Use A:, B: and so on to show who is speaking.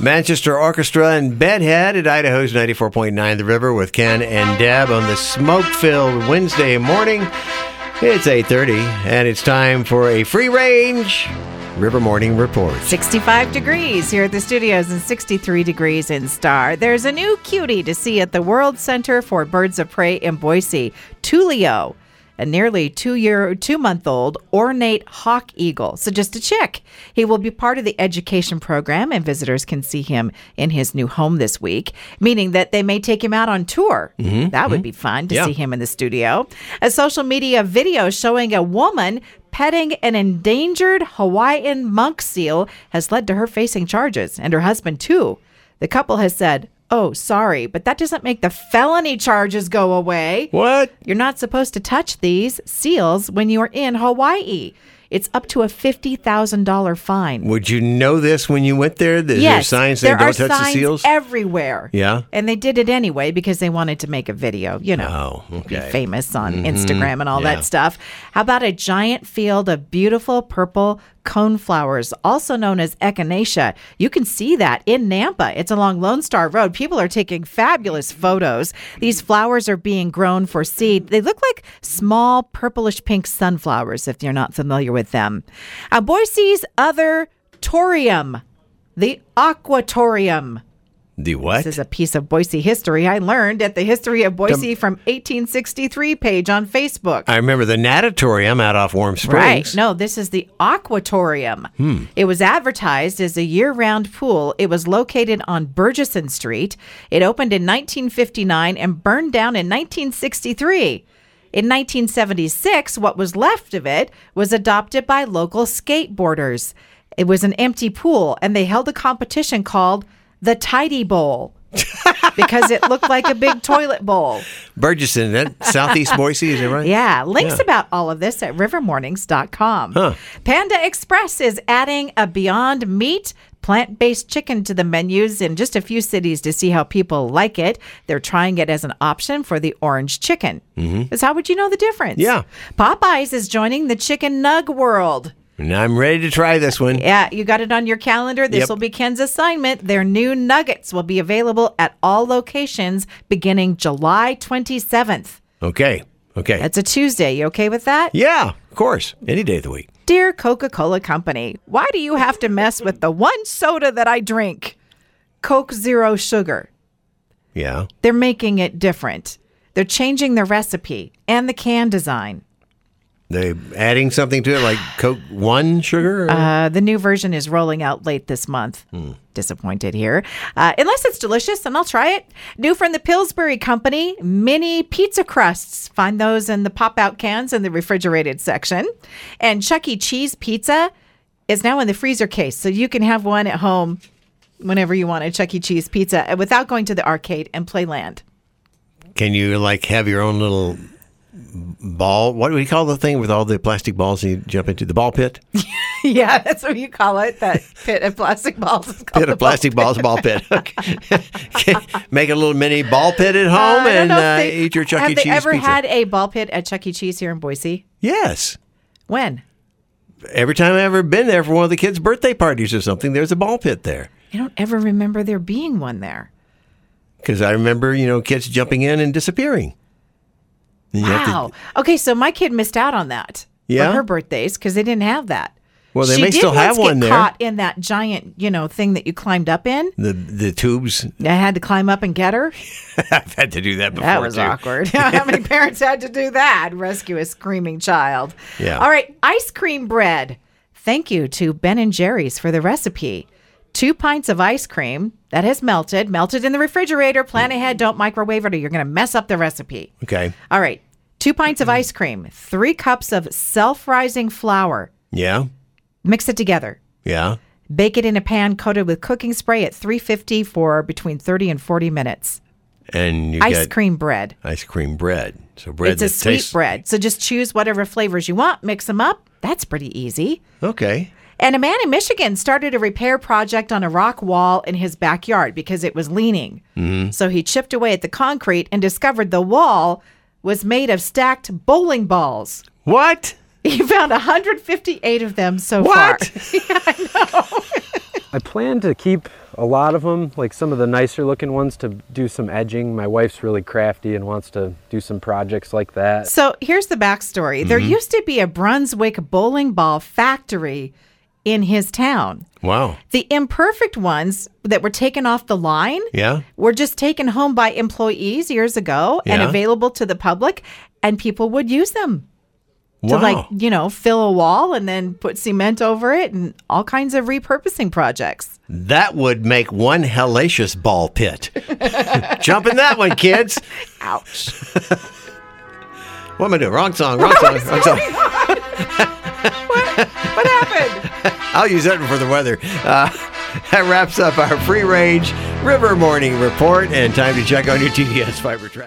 A: Manchester Orchestra and Bedhead at Idaho's 94.9 The River with Ken and Deb on the smoke-filled Wednesday morning. It's 8:30 and it's time for a free-range River Morning Report.
B: 65 degrees here at the studios and 63 degrees in Star. There's a new cutie to see at the World Center for Birds of Prey in Boise, Tulio, a nearly two year, two month old ornate hawk eagle. So just a chick. He will be part of the education program, and visitors can see him in his new home this week, meaning that they may take him out on tour. That would be fun to
A: Yeah.
B: see him in the studio. A social media video showing a woman petting an endangered Hawaiian monk seal has led to her facing charges and her husband too. The couple has said, "Oh, sorry, but that doesn't make the felony charges go away."
A: What?
B: You're not supposed to touch these seals when you're in Hawaii. It's up to a $50,000 fine.
A: Would you know this when you went there? Is there signs saying
B: there
A: don't
B: are
A: touch the
B: signs
A: seals?
B: everywhere.
A: Yeah?
B: and they did it anyway because they wanted to make a video. You know,
A: Oh,
B: be
A: okay.
B: famous on Instagram and all
A: yeah.
B: that stuff. How about a giant field of beautiful purple coneflowers, also known as echinacea? You can see that in Nampa. It's along Lone Star Road. People are taking fabulous photos. These flowers are being grown for seed. They look like small purplish pink sunflowers. If you're not familiar with them, uh, Boise's other torium. The Aquatorium.
A: the what?
B: This is a piece of Boise history I learned at the History of Boise from 1863 page on Facebook.
A: I remember the natatorium out off Warm Springs.
B: Right. No, this is the Aquatorium. It was advertised as a year round pool. It was located on Burgesson Street. It opened in 1959 and burned down in 1963. In 1976, what was left of it was adopted by local skateboarders. It was an empty pool, and they held a competition called the Tidy Bowl because it looked like a big toilet bowl.
A: Burgesson, that southeast Boise, is it right?
B: Yeah, links about all of this at rivermornings.com. Panda Express is adding a Beyond Meat plant based chicken to the menus in just a few cities to see how people like it. They're trying it as an option for the orange chicken. mm Is how would you know the difference?
A: Mm-hmm. Yeah.
B: Popeyes is joining the chicken nug world.
A: And I'm ready to try this one.
B: Yeah, you got it on your calendar. This
A: Yep.
B: will be Ken's assignment. Their new nuggets will be available at all locations beginning July 27th.
A: Okay. Okay.
B: That's a Tuesday. You okay with that?
A: yeah, of course. Any day of the week.
B: Dear Coca Cola Company, why do you have to mess with the one soda that I drink? Coke Zero Sugar.
A: Yeah.
B: They're making it different. They're changing the recipe and the can design.
A: They adding something to it like Coke One sugar? or-
B: Uh, the new version is rolling out late this month.
A: Hmm.
B: Disappointed here. Uh, unless it's delicious, and I'll try it. New from the Pillsbury Company, mini pizza crusts. Find those in the pop out cans in the refrigerated section. And Chuck E. Cheese pizza is now in the freezer case, so you can have one at home whenever you want a Chuck E. Cheese pizza uh, without going to the arcade and Playland.
A: Can you like have your own little ball? What do we call the thing with all the plastic balls you jump into? The ball pit?
B: yeah, that's what you call it. That pit of plastic balls. is called
A: Pit
B: the
A: of
B: ball
A: plastic balls, ball pit. Okay. Make a little mini ball pit at home
B: I don't
A: and
B: know
A: uh,
B: if they-
A: eat your Chuck
B: have
A: E. Cheese
B: they ever
A: pizza.
B: had a ball pit at Chuck E. Cheese here in Boise?
A: yes.
B: When?
A: Every time I've ever been there for one of the kids' birthday parties or something, there's a ball pit there.
B: I don't ever remember there being one there.
A: Because I remember, you know, kids jumping in and disappearing. And you have to-
B: Wow. okay, so my kid missed out on that.
A: Yeah?
B: For her birthdays because they didn't have that.
A: Well, they
B: she
A: may
B: did
A: still have
B: once
A: one
B: get
A: there.
B: Caught in that giant, you know, thing that you climbed up in.
A: the the tubes.
B: I had to climb up and get her.
A: I've had to do that before.
B: That was
A: too.
B: awkward. How many parents had to do that? Rescue a screaming child.
A: Yeah.
B: All right, ice cream bread. Thank you to Ben and Jerry's for the recipe. Two pints of ice cream that has melted, melted in the refrigerator.
A: Mm.
B: Plan ahead, don't microwave it, or you're going to mess up the recipe.
A: Okay.
B: All right, two pints of ice cream, three cups of self rising flour.
A: Yeah.
B: Mix it together.
A: Yeah.
B: Bake it in a pan coated with cooking spray at 350 for between 30 and 40 minutes.
A: And you
B: Ice
A: get
B: cream bread.
A: ice cream bread. So bread
B: it's
A: that
B: a sweet
A: tastes
B: bread. So just choose whatever flavors you want, mix them up. That's pretty easy.
A: Okay.
B: And a man in Michigan started a repair project on a rock wall in his backyard because it was leaning.
A: Mm-hmm.
B: So he chipped away at the concrete and discovered the wall was made of stacked bowling balls.
A: What?
B: He found 158 of them so
A: What?
B: far.
C: I plan to keep a lot of them, like some of the nicer looking ones, to do some edging. My wife's really crafty and wants to do some projects like that.
B: So here's the backstory there
A: Mm-hmm.
B: used to be a Brunswick bowling ball factory in his town.
A: Wow.
B: The imperfect ones that were taken off the line
A: Yeah.
B: were just taken home by employees years ago and
A: Yeah.
B: available to the public, and people would use them
A: Wow.
B: to, like, you know, fill a wall and then put cement over it and all kinds of repurposing projects.
A: that would make one hellacious ball pit. Jump in that one, kids.
B: Ouch.
A: What am I doing? Wrong song. Wrong song. Wrong song.
B: What happened?
A: I'll use that for the weather. Uh, that wraps up our free range river morning report and time to check on your TDS fiber track.